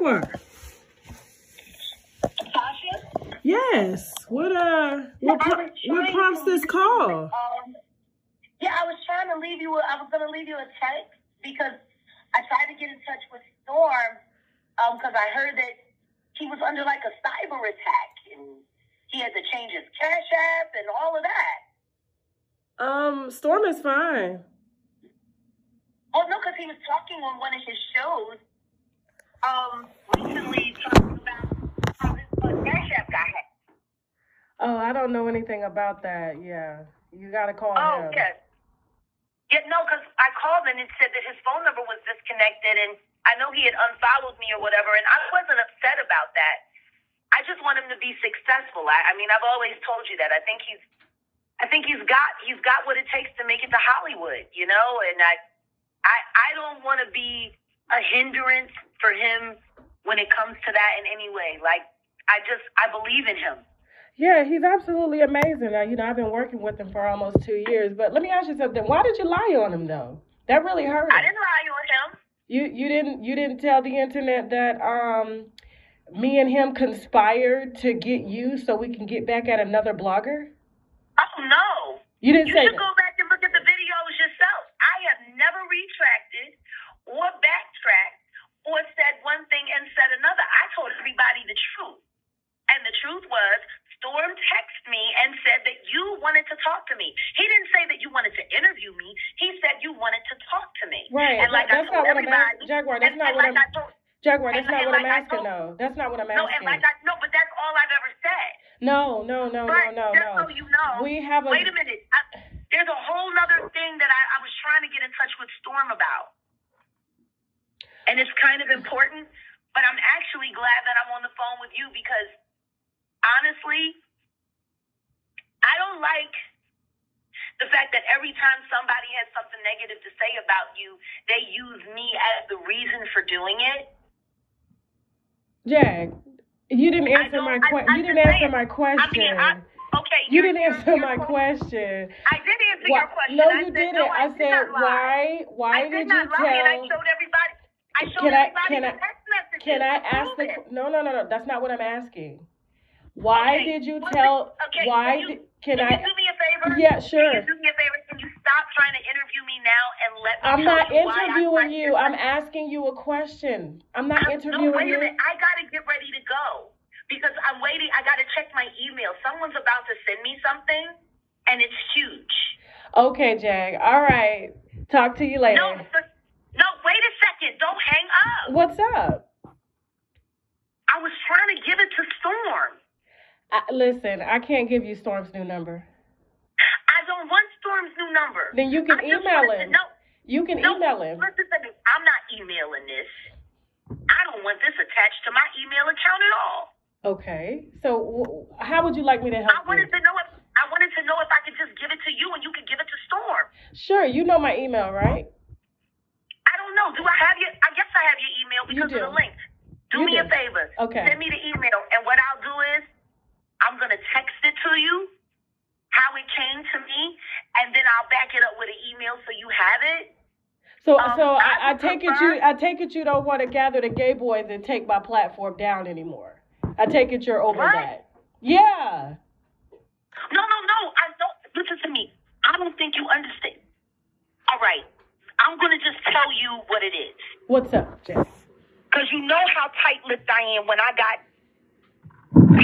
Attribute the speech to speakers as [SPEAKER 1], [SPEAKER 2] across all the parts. [SPEAKER 1] work?
[SPEAKER 2] Tasha?
[SPEAKER 1] Yes. What uh? What
[SPEAKER 2] I
[SPEAKER 1] pro-
[SPEAKER 2] was
[SPEAKER 1] what
[SPEAKER 2] trying
[SPEAKER 1] prompts
[SPEAKER 2] to
[SPEAKER 1] this
[SPEAKER 2] leave
[SPEAKER 1] call?
[SPEAKER 2] Um, yeah, I was trying to leave you. a- I was gonna leave you a text because I tried to get in touch with Storm because I heard that he was under like a cyber attack and he had to change his cash app and all of that.
[SPEAKER 1] Um, Storm is fine.
[SPEAKER 2] Well, no, because he was talking on one of his shows um recently talking about how his uh, cash app got hacked.
[SPEAKER 1] Oh, I don't know anything about that. Yeah, you gotta call
[SPEAKER 2] Oh,
[SPEAKER 1] him.
[SPEAKER 2] yes. Yeah, no, because I called and it said that his phone number was disconnected, and I know he had unfollowed me or whatever, and I wasn't upset about that. I just want him to be successful. I, I mean, I've always told you that. I think he's, I think he's got he's got what it takes to make it to Hollywood, you know. And I, I, I don't want to be a hindrance for him when it comes to that in any way. Like, I just I believe in him.
[SPEAKER 1] Yeah, he's absolutely amazing. Now, you know, I've been working with him for almost two years. But let me ask you something. Why did you lie on him though? That really hurt.
[SPEAKER 2] I
[SPEAKER 1] him.
[SPEAKER 2] didn't lie on him.
[SPEAKER 1] You you didn't you didn't tell the internet that um me and him conspired to get you so we can get back at another blogger?
[SPEAKER 2] Oh no.
[SPEAKER 1] You didn't
[SPEAKER 2] You
[SPEAKER 1] say
[SPEAKER 2] should
[SPEAKER 1] that.
[SPEAKER 2] go back and look at the videos yourself. I have never retracted or backtracked or said one thing and said another. I told everybody the truth. And the truth was, Storm texted me and said that you wanted to talk to me. He didn't say that you wanted to interview me. He said you wanted to talk to me.
[SPEAKER 1] Right.
[SPEAKER 2] And like
[SPEAKER 1] that's
[SPEAKER 2] I told
[SPEAKER 1] not what I'm
[SPEAKER 2] everybody,
[SPEAKER 1] asking. Jaguar, that's
[SPEAKER 2] and,
[SPEAKER 1] not
[SPEAKER 2] and
[SPEAKER 1] what
[SPEAKER 2] like
[SPEAKER 1] I'm
[SPEAKER 2] I told,
[SPEAKER 1] Jaguar, that's
[SPEAKER 2] and-
[SPEAKER 1] not
[SPEAKER 2] and
[SPEAKER 1] what I'm
[SPEAKER 2] like I
[SPEAKER 1] asking
[SPEAKER 2] told-
[SPEAKER 1] though. That's not what I'm
[SPEAKER 2] no, and like
[SPEAKER 1] asking.
[SPEAKER 2] I no, but that's all I've ever said.
[SPEAKER 1] No, no, no, no,
[SPEAKER 2] But
[SPEAKER 1] no,
[SPEAKER 2] just so
[SPEAKER 1] no.
[SPEAKER 2] you know,
[SPEAKER 1] We have a
[SPEAKER 2] Wait a minute. I, there's a whole nother thing that I, I was trying to get in touch with Storm about. And it's kind of important, but I'm actually glad that I'm on the phone with you because honestly, I don't like the fact that every time somebody has something negative to say about you, they use me as the reason for doing it.
[SPEAKER 1] Jag. You didn't
[SPEAKER 2] I
[SPEAKER 1] answer
[SPEAKER 2] don't-
[SPEAKER 1] my
[SPEAKER 2] I-
[SPEAKER 1] question.
[SPEAKER 2] I'm
[SPEAKER 1] You didn't
[SPEAKER 2] just
[SPEAKER 1] answer
[SPEAKER 2] saying.
[SPEAKER 1] my
[SPEAKER 2] I mean,
[SPEAKER 1] question.
[SPEAKER 2] I, okay,
[SPEAKER 1] You
[SPEAKER 2] you're-
[SPEAKER 1] didn't
[SPEAKER 2] you're-
[SPEAKER 1] answer
[SPEAKER 2] you're
[SPEAKER 1] my
[SPEAKER 2] cool.
[SPEAKER 1] question.
[SPEAKER 2] I did answer
[SPEAKER 1] Why-
[SPEAKER 2] your question.
[SPEAKER 1] No,
[SPEAKER 2] I
[SPEAKER 1] you
[SPEAKER 2] said,
[SPEAKER 1] didn't.
[SPEAKER 2] No,
[SPEAKER 1] I
[SPEAKER 2] did
[SPEAKER 1] said
[SPEAKER 2] not lie.
[SPEAKER 1] why why
[SPEAKER 2] I did
[SPEAKER 1] did
[SPEAKER 2] not
[SPEAKER 1] you
[SPEAKER 2] lie, and I
[SPEAKER 1] tell
[SPEAKER 2] showed everybody. I showed
[SPEAKER 1] Can I-
[SPEAKER 2] everybody
[SPEAKER 1] can
[SPEAKER 2] the
[SPEAKER 1] I-
[SPEAKER 2] text messages.
[SPEAKER 1] Can I ask
[SPEAKER 2] Prove
[SPEAKER 1] the
[SPEAKER 2] it.
[SPEAKER 1] no no no no that's not what I'm asking. Why
[SPEAKER 2] Okay,
[SPEAKER 1] did you
[SPEAKER 2] what's
[SPEAKER 1] tell
[SPEAKER 2] the- okay,
[SPEAKER 1] why
[SPEAKER 2] can you-
[SPEAKER 1] did, can
[SPEAKER 2] Can you
[SPEAKER 1] I
[SPEAKER 2] do me a favor?
[SPEAKER 1] Yeah,
[SPEAKER 2] Can you
[SPEAKER 1] sure.
[SPEAKER 2] do me a favor? Can you stop trying to interview me now and let me
[SPEAKER 1] I'm
[SPEAKER 2] tell
[SPEAKER 1] not
[SPEAKER 2] you why I
[SPEAKER 1] interviewing
[SPEAKER 2] find
[SPEAKER 1] you.
[SPEAKER 2] this-
[SPEAKER 1] I'm asking you a question. I'm
[SPEAKER 2] I'm-
[SPEAKER 1] not interviewing
[SPEAKER 2] No, wait a
[SPEAKER 1] you.
[SPEAKER 2] minute. I gotta get ready to go because I'm waiting. I gotta check my email. Someone's about to send me something, and it's huge.
[SPEAKER 1] Okay, Jag. All right. Talk to you later.
[SPEAKER 2] No, but- no. Wait a second. Don't hang up.
[SPEAKER 1] What's up?
[SPEAKER 2] I was trying to give it to Storm.
[SPEAKER 1] I, listen, I can't give you Storm's new number.
[SPEAKER 2] I don't want Storm's new number.
[SPEAKER 1] Then you can
[SPEAKER 2] I just
[SPEAKER 1] email him.
[SPEAKER 2] wanted to know-
[SPEAKER 1] You can
[SPEAKER 2] No,
[SPEAKER 1] email him.
[SPEAKER 2] Listen to me. I'm not emailing this. I don't want this attached to my email account at all.
[SPEAKER 1] Okay. So w- how would you like me to help
[SPEAKER 2] I wanted
[SPEAKER 1] you?
[SPEAKER 2] to know if I wanted to know if I could just give it to you and you could give it to Storm.
[SPEAKER 1] Sure, you know my email, right?
[SPEAKER 2] I don't know. Do I have your? I guess I have your email because
[SPEAKER 1] You
[SPEAKER 2] of the
[SPEAKER 1] do.
[SPEAKER 2] link. Do
[SPEAKER 1] You
[SPEAKER 2] me a
[SPEAKER 1] do.
[SPEAKER 2] favor.
[SPEAKER 1] Okay.
[SPEAKER 2] Send me the email, and what I'll do is I'm gonna text it to you how it came to me, and then I'll back it up with an email so you have it.
[SPEAKER 1] So
[SPEAKER 2] Um,
[SPEAKER 1] so I,
[SPEAKER 2] I
[SPEAKER 1] I
[SPEAKER 2] would
[SPEAKER 1] take it
[SPEAKER 2] prefer-
[SPEAKER 1] you I take it you don't want to gather the gay boys and take my platform down anymore. I take it you're over
[SPEAKER 2] What?
[SPEAKER 1] that. Yeah.
[SPEAKER 2] No, no, no. I don't. Listen to me. I don't think you understand. All right. I'm going to just tell you what it is.
[SPEAKER 1] What's up, Jess?
[SPEAKER 2] Because you know how tight lipped I am when I got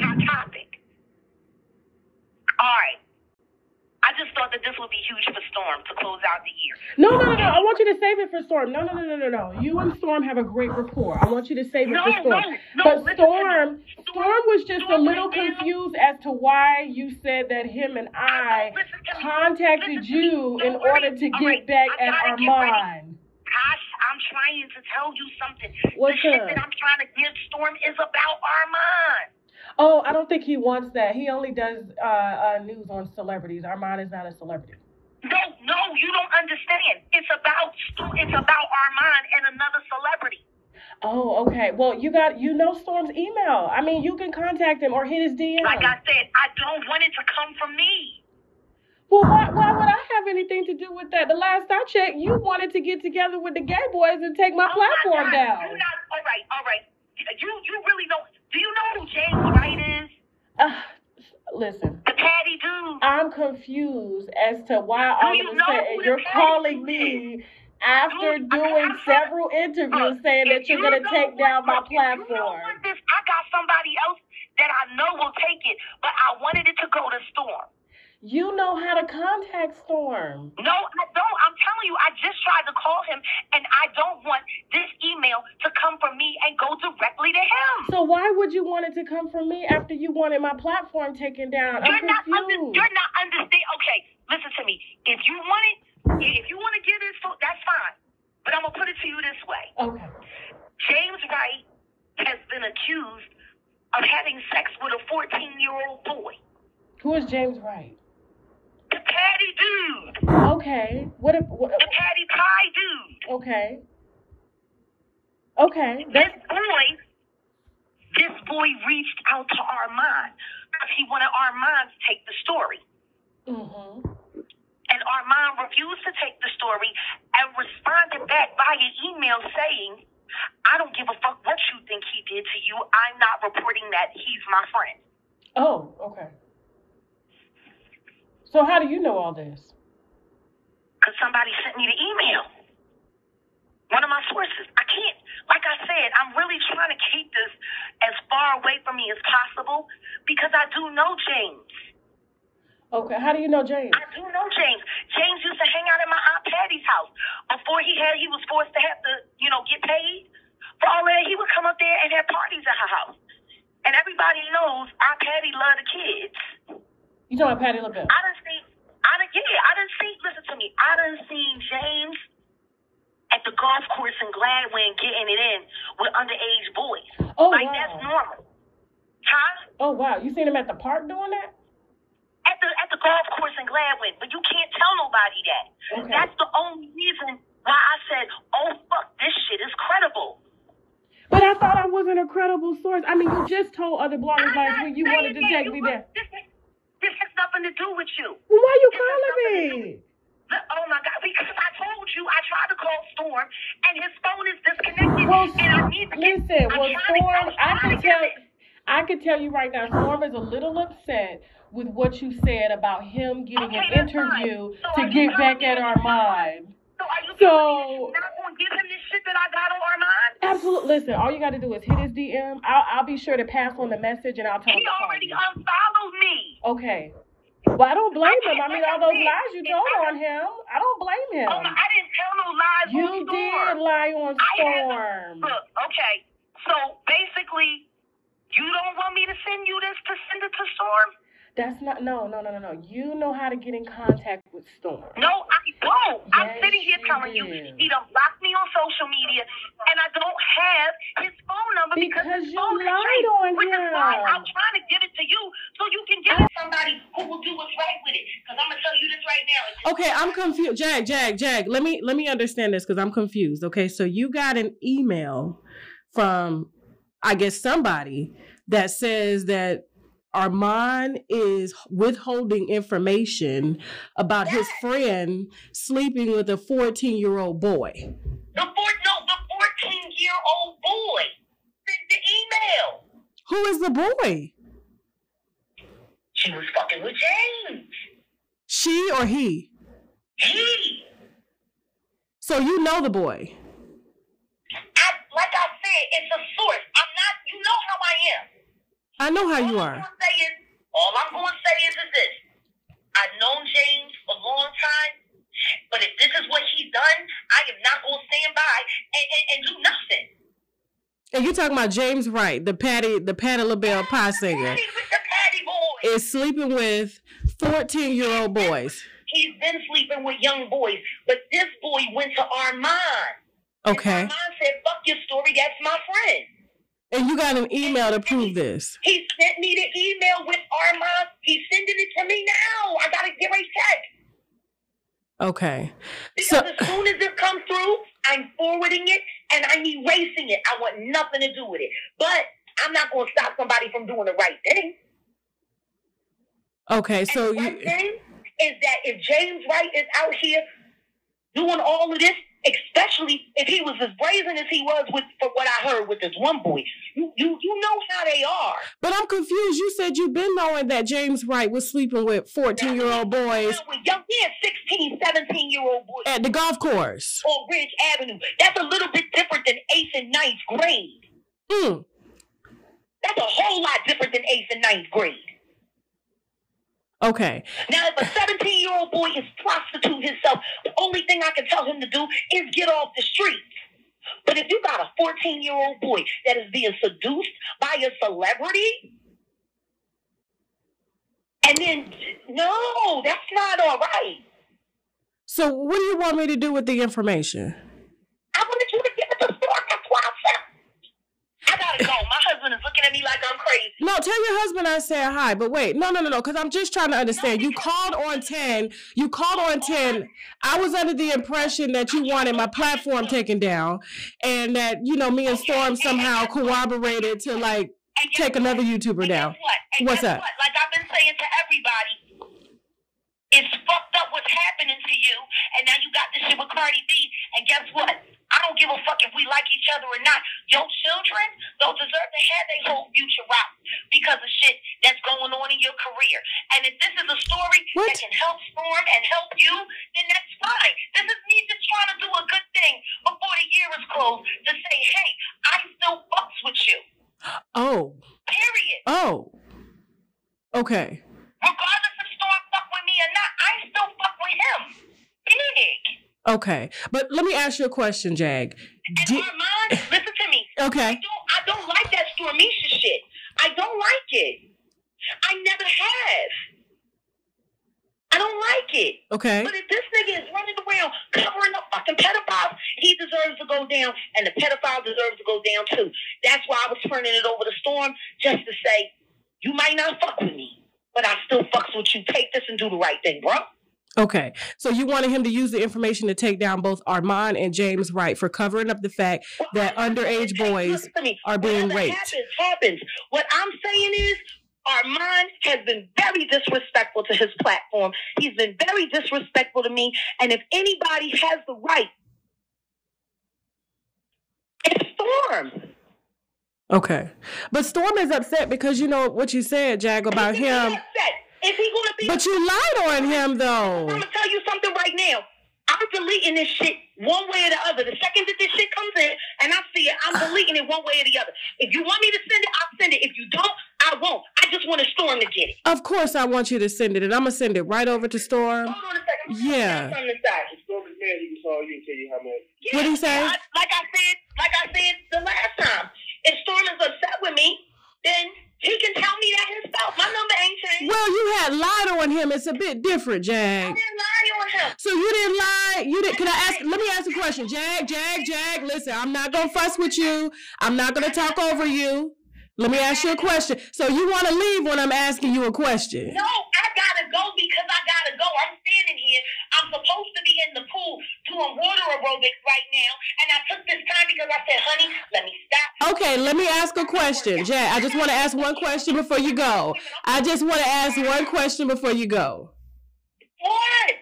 [SPEAKER 2] hot topic. All right. I just thought that this would be huge for Storm to close out the year.
[SPEAKER 1] No, no, no, no. I want you to save it for Storm. No, no, no, no, no, no. You and Storm have a great rapport. I want you to save it
[SPEAKER 2] No,
[SPEAKER 1] for Storm.
[SPEAKER 2] no, no,
[SPEAKER 1] but
[SPEAKER 2] listen to
[SPEAKER 1] Storm,
[SPEAKER 2] me.
[SPEAKER 1] Storm was just a
[SPEAKER 2] Storm
[SPEAKER 1] little
[SPEAKER 2] right now-
[SPEAKER 1] confused as to why you said that him and I
[SPEAKER 2] listen to me.
[SPEAKER 1] contacted
[SPEAKER 2] Listen to me.
[SPEAKER 1] you in
[SPEAKER 2] Don't worry.
[SPEAKER 1] order to
[SPEAKER 2] All
[SPEAKER 1] get
[SPEAKER 2] right,
[SPEAKER 1] back
[SPEAKER 2] I
[SPEAKER 1] at
[SPEAKER 2] gotta get ready.
[SPEAKER 1] Armand.
[SPEAKER 2] Gosh, I'm trying to tell you something.
[SPEAKER 1] What's
[SPEAKER 2] the shit
[SPEAKER 1] up?
[SPEAKER 2] that I'm trying to give Storm is about Armand.
[SPEAKER 1] Oh, I don't think he wants that. He only does uh, uh, news on celebrities. Armand is not a celebrity.
[SPEAKER 2] No, no, you don't understand. It's about it's about Armand and another celebrity.
[SPEAKER 1] Oh, okay. Well, you got you know Storm's email. I mean, you can contact him or hit his DM.
[SPEAKER 2] Like I said, I don't want it to come from me.
[SPEAKER 1] Well, why, why would I have anything to do with that? The last I checked, you wanted to get together with the gay boys and take my
[SPEAKER 2] Oh my
[SPEAKER 1] platform
[SPEAKER 2] God,
[SPEAKER 1] down.
[SPEAKER 2] You not all right, all right. You you really don't. Do you know who James Wright is?
[SPEAKER 1] Uh, listen,
[SPEAKER 2] The Patty dude.
[SPEAKER 1] I'm confused as to why
[SPEAKER 2] Do
[SPEAKER 1] all
[SPEAKER 2] you
[SPEAKER 1] of a
[SPEAKER 2] know
[SPEAKER 1] sudden
[SPEAKER 2] who
[SPEAKER 1] you're
[SPEAKER 2] the hell
[SPEAKER 1] calling
[SPEAKER 2] you is?
[SPEAKER 1] me after
[SPEAKER 2] Dude, I- I
[SPEAKER 1] doing
[SPEAKER 2] haven't-
[SPEAKER 1] several interviews
[SPEAKER 2] Look,
[SPEAKER 1] saying
[SPEAKER 2] if
[SPEAKER 1] that you're
[SPEAKER 2] you
[SPEAKER 1] going to
[SPEAKER 2] know
[SPEAKER 1] take
[SPEAKER 2] what-
[SPEAKER 1] down my
[SPEAKER 2] look, if You know
[SPEAKER 1] platform.
[SPEAKER 2] what this, I got somebody else that I know will take it, but I wanted it to go to Storm.
[SPEAKER 1] You know how to contact Storm.
[SPEAKER 2] No, I don't. I'm telling you, I just tried to call him, and I don't want this email to come from me and go directly to him.
[SPEAKER 1] So why would you want it to come from me after you wanted my platform taken down? I'm
[SPEAKER 2] You're not under,
[SPEAKER 1] confused.
[SPEAKER 2] you're not understand. Okay, listen to me. If you want it, if you want to get this, fo- that's fine. But I'm gonna put it to you this way:
[SPEAKER 1] Okay.
[SPEAKER 2] James Wright has been accused of having sex with a 14 year old boy.
[SPEAKER 1] Who is James Wright?
[SPEAKER 2] The Patty dude,
[SPEAKER 1] Okay. What if what
[SPEAKER 2] the Patty Pie dude.
[SPEAKER 1] okay. Okay.
[SPEAKER 2] this boy, this boy reached out to Armand because he wanted Armand to take the story.
[SPEAKER 1] Mm-hmm.
[SPEAKER 2] And Armand refused to take the story and responded back via email saying, I don't give a fuck what you think he did to you. I'm not reporting that. He's my friend.
[SPEAKER 1] Oh, okay. So how do you know all this?
[SPEAKER 2] because somebody sent me the email. One of my sources. I can't, like I said, I'm really trying to keep this as far away from me as possible because I do know James.
[SPEAKER 1] Okay. How do you know James?
[SPEAKER 2] I do know James. James used to hang out at my aunt Patty's house before he had. He was forced to have to, you know, get paid for all that. He would come up there and have parties at her house. And everybody knows Aunt Patty loved the kids.
[SPEAKER 1] You talking about Patty LaBelle?
[SPEAKER 2] I done seen, I done, yeah, I done seen, listen to me, I done seen James at the golf course in Gladwin getting it in with underage boys.
[SPEAKER 1] Oh
[SPEAKER 2] like,
[SPEAKER 1] wow.
[SPEAKER 2] that's normal. Huh?
[SPEAKER 1] Oh wow. You seen him at the park doing that?
[SPEAKER 2] At the, at the golf course in Gladwin, but you can't tell nobody that.
[SPEAKER 1] Okay.
[SPEAKER 2] That's the only reason why I said, oh, fuck, this shit is credible.
[SPEAKER 1] But I thought I wasn't a credible source. I mean, you just told other bloggers
[SPEAKER 2] I'm not
[SPEAKER 1] last week you
[SPEAKER 2] saying
[SPEAKER 1] wanted to
[SPEAKER 2] that
[SPEAKER 1] take
[SPEAKER 2] you
[SPEAKER 1] me
[SPEAKER 2] was-
[SPEAKER 1] down.
[SPEAKER 2] This, has- this has nothing to do with you.
[SPEAKER 1] Well, why you
[SPEAKER 2] This has
[SPEAKER 1] calling
[SPEAKER 2] nothing
[SPEAKER 1] me?
[SPEAKER 2] Look, Oh my God! Because I told you I tried to call Storm and his phone is disconnected,
[SPEAKER 1] Well,
[SPEAKER 2] and I need to get.
[SPEAKER 1] listen,
[SPEAKER 2] I'm
[SPEAKER 1] well,
[SPEAKER 2] trying to-
[SPEAKER 1] Storm, I
[SPEAKER 2] I'm trying
[SPEAKER 1] can
[SPEAKER 2] to get
[SPEAKER 1] tell,
[SPEAKER 2] it.
[SPEAKER 1] I can tell you right now, Storm is a little upset with what you said about him getting
[SPEAKER 2] Okay,
[SPEAKER 1] an
[SPEAKER 2] that's fine.
[SPEAKER 1] interview
[SPEAKER 2] So are
[SPEAKER 1] to
[SPEAKER 2] you
[SPEAKER 1] get back
[SPEAKER 2] telling
[SPEAKER 1] at
[SPEAKER 2] me-
[SPEAKER 1] Armand.
[SPEAKER 2] So are you
[SPEAKER 1] So-
[SPEAKER 2] telling me you're not gonna give him this shit that I got on Armand?
[SPEAKER 1] Absolutely. Listen, all you got to do is hit his DM. I'll, I'll be sure to pass on the message and I'll tell him. to
[SPEAKER 2] He
[SPEAKER 1] call
[SPEAKER 2] already
[SPEAKER 1] you.
[SPEAKER 2] unfollowed me.
[SPEAKER 1] Okay. Well, I don't blame him. I mean, all those lies you told on him, I don't blame
[SPEAKER 2] Oh my!
[SPEAKER 1] him.
[SPEAKER 2] I didn't tell no lies on
[SPEAKER 1] You
[SPEAKER 2] Storm.
[SPEAKER 1] did lie on Storm.
[SPEAKER 2] Look, okay. So basically, you don't want me to send you this to send it to Storm?
[SPEAKER 1] That's not, no, no, no, no, no. You know how to get in contact with Storm.
[SPEAKER 2] No, I don't. I'm
[SPEAKER 1] Yes,
[SPEAKER 2] sitting here
[SPEAKER 1] you
[SPEAKER 2] telling you,
[SPEAKER 1] do.
[SPEAKER 2] he done blocked me on social media, and I don't have his phone number because,
[SPEAKER 1] Because
[SPEAKER 2] his
[SPEAKER 1] you
[SPEAKER 2] phone is
[SPEAKER 1] lied
[SPEAKER 2] changed,
[SPEAKER 1] on
[SPEAKER 2] which is why
[SPEAKER 1] him.
[SPEAKER 2] I'm trying to give it to you so you can give it to somebody who will do what's right with it. Because I'm gonna tell you this right now. It's-
[SPEAKER 1] Okay, I'm confused. Jag, Jag, Jag. Let me let me understand this because I'm confused. Okay, so you got an email from I guess somebody that says that Armand is withholding information about his friend sleeping with a 14 year old boy.
[SPEAKER 2] The four, no, the 14 year old boy sent the email.
[SPEAKER 1] Who is the boy?
[SPEAKER 2] She was fucking with James.
[SPEAKER 1] She or he?
[SPEAKER 2] He.
[SPEAKER 1] So you know the boy.
[SPEAKER 2] I, like I said, it's a source. I'm not. You know how I am.
[SPEAKER 1] I know how you
[SPEAKER 2] All I'm
[SPEAKER 1] are.
[SPEAKER 2] gonna say is, all I'm going to say is, is this. I've known James a long time, but if this is what he's done, I am not going to stand by and, and, and do nothing.
[SPEAKER 1] And you're talking about James Wright, the Patty, the Patty LaBelle pie singer.
[SPEAKER 2] Patty with the patty boy.
[SPEAKER 1] is sleeping with 14 year old boys.
[SPEAKER 2] He's been sleeping with young boys, but this boy went to Armand. And
[SPEAKER 1] Okay.
[SPEAKER 2] Armand said, fuck your story, that's my friend.
[SPEAKER 1] And you got an email to prove this.
[SPEAKER 2] He sent me the email with Armand. He's sending it to me now. I got to give a check.
[SPEAKER 1] Okay.
[SPEAKER 2] Because
[SPEAKER 1] So-
[SPEAKER 2] as soon as it comes through, I'm forwarding it and I'm erasing it. I want nothing to do with it. But I'm not going to stop somebody from doing the right thing.
[SPEAKER 1] Okay.
[SPEAKER 2] And
[SPEAKER 1] So
[SPEAKER 2] the right
[SPEAKER 1] you.
[SPEAKER 2] thing is that if James Wright is out here doing all of this, especially if he was as brazen as he was with for what I heard with this one boy. You you you know how they are.
[SPEAKER 3] But I'm confused. You said you've been knowing that James Wright was sleeping with 14 year old boys
[SPEAKER 2] Now, With young kids, 16, 17 year old boys
[SPEAKER 3] at the golf course.
[SPEAKER 2] on Ridge Avenue. That's a little bit different than eighth and ninth grade.
[SPEAKER 3] Mm.
[SPEAKER 2] That's a whole lot different than eighth and ninth grade.
[SPEAKER 3] Okay.
[SPEAKER 2] Now, if a 17 year old boy is prostitute himself, the only thing I can tell him to do is get off the streets. But if you got a 14 year old boy that is being seduced by a celebrity, and then, no, that's not all right.
[SPEAKER 3] So what do you want me to do with the information?
[SPEAKER 2] I wanted you to give it to Storm. That's why I said, I gotta go. My husband is looking at me like I'm crazy.
[SPEAKER 3] No, tell your husband I said hi. But wait, no, no, no, no, because I'm just trying to understand. You
[SPEAKER 2] because-
[SPEAKER 3] called on ten. You called on ten. I was under the impression that you wanted my platform taken down, and that you know me and Storm somehow corroborated to like
[SPEAKER 2] And guess
[SPEAKER 3] take another YouTuber
[SPEAKER 2] And
[SPEAKER 3] down.
[SPEAKER 2] guess what? And
[SPEAKER 3] What's
[SPEAKER 2] guess
[SPEAKER 3] up?
[SPEAKER 2] What? Like I've been saying to everybody, it's fucked up what's happening to you, and now you got this shit with Cardi B. And guess what? I don't give a fuck if we like each other or not. Your children don't deserve to have their whole future rocked because of shit that's going on in your career. And if this is a story
[SPEAKER 3] What?
[SPEAKER 2] that can help Storm and help you, then that's fine. This is me just trying to do a good thing before the year is closed to say, hey, I still fucks with you.
[SPEAKER 3] Oh,
[SPEAKER 2] Period.
[SPEAKER 3] oh, okay.
[SPEAKER 2] regardless if Storm fuck with me or not, I still fuck with him. Big.
[SPEAKER 3] Okay, but let me ask you a question, Jag.
[SPEAKER 2] And
[SPEAKER 3] Do-
[SPEAKER 2] Armand, listen to me. I
[SPEAKER 3] okay,
[SPEAKER 2] don't, I don't like that Stormisha shit. I don't like it. I never have. I don't like it.
[SPEAKER 3] okay,
[SPEAKER 2] But if this nigga is running around covering up fucking pedophiles, he deserves to go down, and the pedophile deserves to go down too. That's why I was turning it over to Storm just to say, you might not fuck with me, but I still fucks with you. Take this and do the right thing, bro.
[SPEAKER 3] okay. So you wanted him to use the information to take down both Armand and James Wright for covering up the fact that underage boys
[SPEAKER 2] Listen to me.
[SPEAKER 3] are being
[SPEAKER 2] Whatever
[SPEAKER 3] raped.
[SPEAKER 2] Happens, happens. What I'm saying is, Armand has been very disrespectful to his platform. He's been very disrespectful to me. And if anybody has the right, it's Storm.
[SPEAKER 3] Okay. But Storm is upset because you know what you said, Jag, about
[SPEAKER 2] He's gonna be
[SPEAKER 3] him.
[SPEAKER 2] upset. Is he gonna be?
[SPEAKER 3] But you lied on him
[SPEAKER 2] I'm
[SPEAKER 3] though.
[SPEAKER 2] gonna tell you something right now. I'm deleting this shit one way or the other. The second that this shit comes in and I see it, I'm deleting it one way or the other. If you want me to send it, I'll send it. If you don't, I won't. I just want a storm to get it.
[SPEAKER 3] Of course I want you to send it and I'm gonna send it right over to Storm.
[SPEAKER 2] Hold on a second. I'm
[SPEAKER 3] Yeah.
[SPEAKER 2] gonna say something to Sasha.
[SPEAKER 4] strongest man you can call you and tell you how much.
[SPEAKER 2] Yeah,
[SPEAKER 3] What'd he say?
[SPEAKER 2] I, like I said, like I said the last time. If Storm is upset with me, then he can tell me that himself. My number ain't changed.
[SPEAKER 3] Well, you had lied on him. It's a bit different,
[SPEAKER 2] I
[SPEAKER 3] Jag.
[SPEAKER 2] didn't lie on him.
[SPEAKER 3] So you didn't lie. You didn't. Can I ask? Let me ask a question, Jag. Jag. Jag. Listen, I'm not gonna fuss with you. I'm not gonna talk over you. Let me ask you a question. So you want to leave when I'm asking you a question?
[SPEAKER 2] No, I gotta go because I gotta go. I'm standing here. I'm supposed to be in the pool doing water aerobics right now, and I took this time because I said, "Honey, let me stop."
[SPEAKER 3] Okay, let me ask a question, Jag. I just want to ask one question before you go. I just want to ask one question before you go.
[SPEAKER 2] What?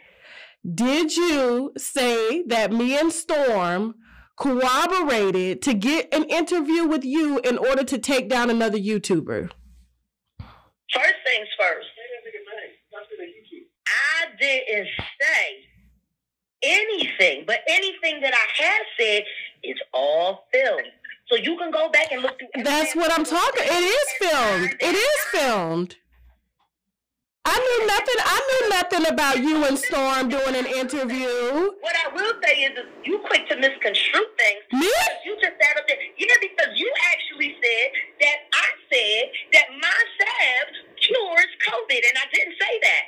[SPEAKER 3] Did you say that me and Storm corroborated to get an interview with you in order to take down another YouTuber?
[SPEAKER 2] First things first.
[SPEAKER 4] Say that nigga name. That's in the YouTube.
[SPEAKER 2] I didn't say anything, but anything that I have said is all filmed. So you can go back and look through.
[SPEAKER 3] That's what I'm talking. It is filmed. It is filmed. I knew nothing. I knew nothing about you and Storm doing an interview.
[SPEAKER 2] What I will say is, is you quick to misconstrue things.
[SPEAKER 3] Me?
[SPEAKER 2] You just sat up there. Yeah, because you actually said that I said that my salve cures COVID, and I didn't say that.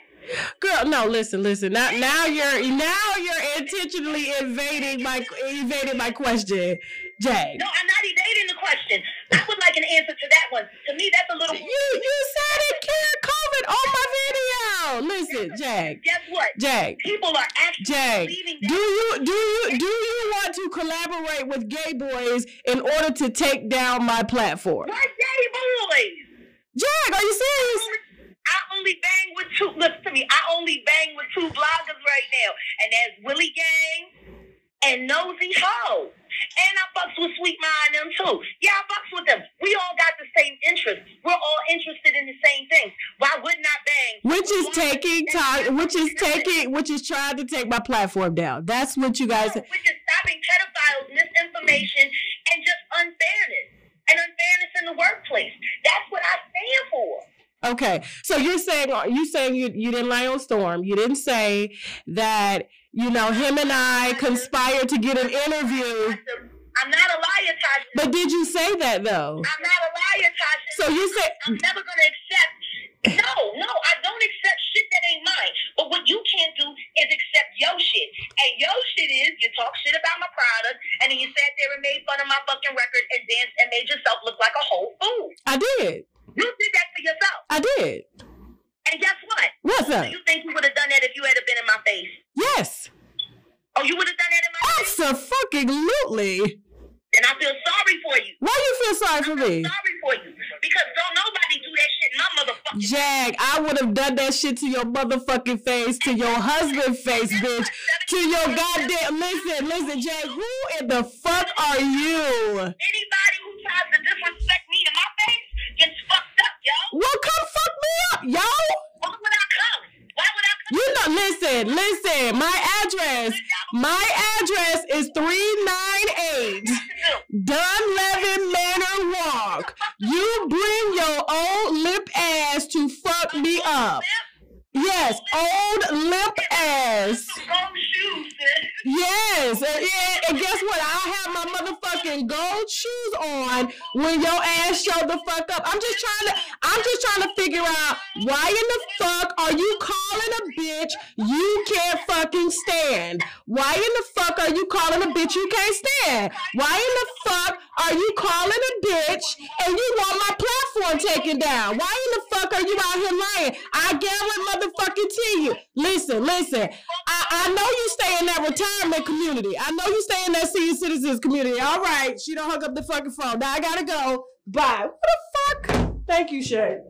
[SPEAKER 3] Girl, no, listen, listen. Now, now you're now you're intentionally evading my evading my question, Jag.
[SPEAKER 2] No, I'm not evading the question. I would like an answer to that one. To me, that's a little.
[SPEAKER 3] You you said it cured COVID on my video. Listen, Jag,
[SPEAKER 2] Guess what?
[SPEAKER 3] Jag,
[SPEAKER 2] People are actually
[SPEAKER 3] Jag.
[SPEAKER 2] believing that.
[SPEAKER 3] Do you do you do you want to collaborate with gay boys in order to take down my platform?
[SPEAKER 2] What gay boys?
[SPEAKER 3] Jag, are you serious?
[SPEAKER 2] I only bang with two. Listen to me. I only bang with two bloggers right now, and that's Willie Gang and Nosy Ho. And I fucks with Sweet Ma and them too. Yeah, I fucks with them. We all got the same interest. We're all interested in the same things. Why wouldn't I bang?
[SPEAKER 3] Which is
[SPEAKER 2] Why-
[SPEAKER 3] taking time, which is
[SPEAKER 2] Listen,
[SPEAKER 3] taking, which is trying to take my platform down. That's what you guys.
[SPEAKER 2] Which is stopping pedophiles, misinformation, and just unfairness. And unfairness in the workplace. That's what I stand for.
[SPEAKER 3] Okay, so you're saying you saying you you didn't lie on Storm. You didn't say that you know him and I conspired to get an interview.
[SPEAKER 2] I'm not a liar, Tasha.
[SPEAKER 3] But did you say that though?
[SPEAKER 2] I'm not a liar, Tasha.
[SPEAKER 3] So you said
[SPEAKER 2] I'm never gonna accept. No, no, I don't accept shit that ain't mine. But what you can't do is accept your shit. And your shit is you talk shit about my product, and then you sat there and made fun of my fucking record and danced and made yourself look like a whole fool.
[SPEAKER 3] I did.
[SPEAKER 2] You did that to yourself.
[SPEAKER 3] I did.
[SPEAKER 2] And guess what?
[SPEAKER 3] What's up?
[SPEAKER 2] Do you think you would have done that if you had have been in my face?
[SPEAKER 3] Yes,
[SPEAKER 2] Oh, you would have done that in my face?
[SPEAKER 3] absolutely.
[SPEAKER 2] Then I feel sorry for you.
[SPEAKER 3] Why you feel sorry for me?
[SPEAKER 2] Sorry for you. Because don't nobody do that shit in my motherfucking
[SPEAKER 3] Jag, I would have done that shit to your motherfucking face, to your husband face, bitch, to your goddamn. Listen, listen, Jag, who in the fuck are you?
[SPEAKER 2] Anybody who tries to disrespect me in my face gets fucked up, yo.
[SPEAKER 3] Well, come fuck me up, yo.
[SPEAKER 2] Why would I come? Why would I come?
[SPEAKER 3] You know, listen, listen. My address, my address is three nine eight Dunleavy Manor Walk. You bring your old limp ass to fuck me up. Yes, old limp ass.
[SPEAKER 2] Wrong shoes, sis.
[SPEAKER 3] Yes, and, and- and guess what? I have my motherfucking gold shoes on when your ass showed the fuck up. I'm just trying to, I'm just trying to figure out why in the fuck are you calling a bitch you can't fucking stand? Why in the fuck are you calling a bitch you can't stand? Why in the fuck are you calling a bitch and you want my platform taken down? Why in the fuck are you out here lying? I guarantee motherfucking to you. Listen, listen. I, I know you stay in that retirement community. I know you stay in that senior citizens community. All right, she don't hook up the fucking phone. Now I gotta go. Bye. What the fuck? Thank you, Shay.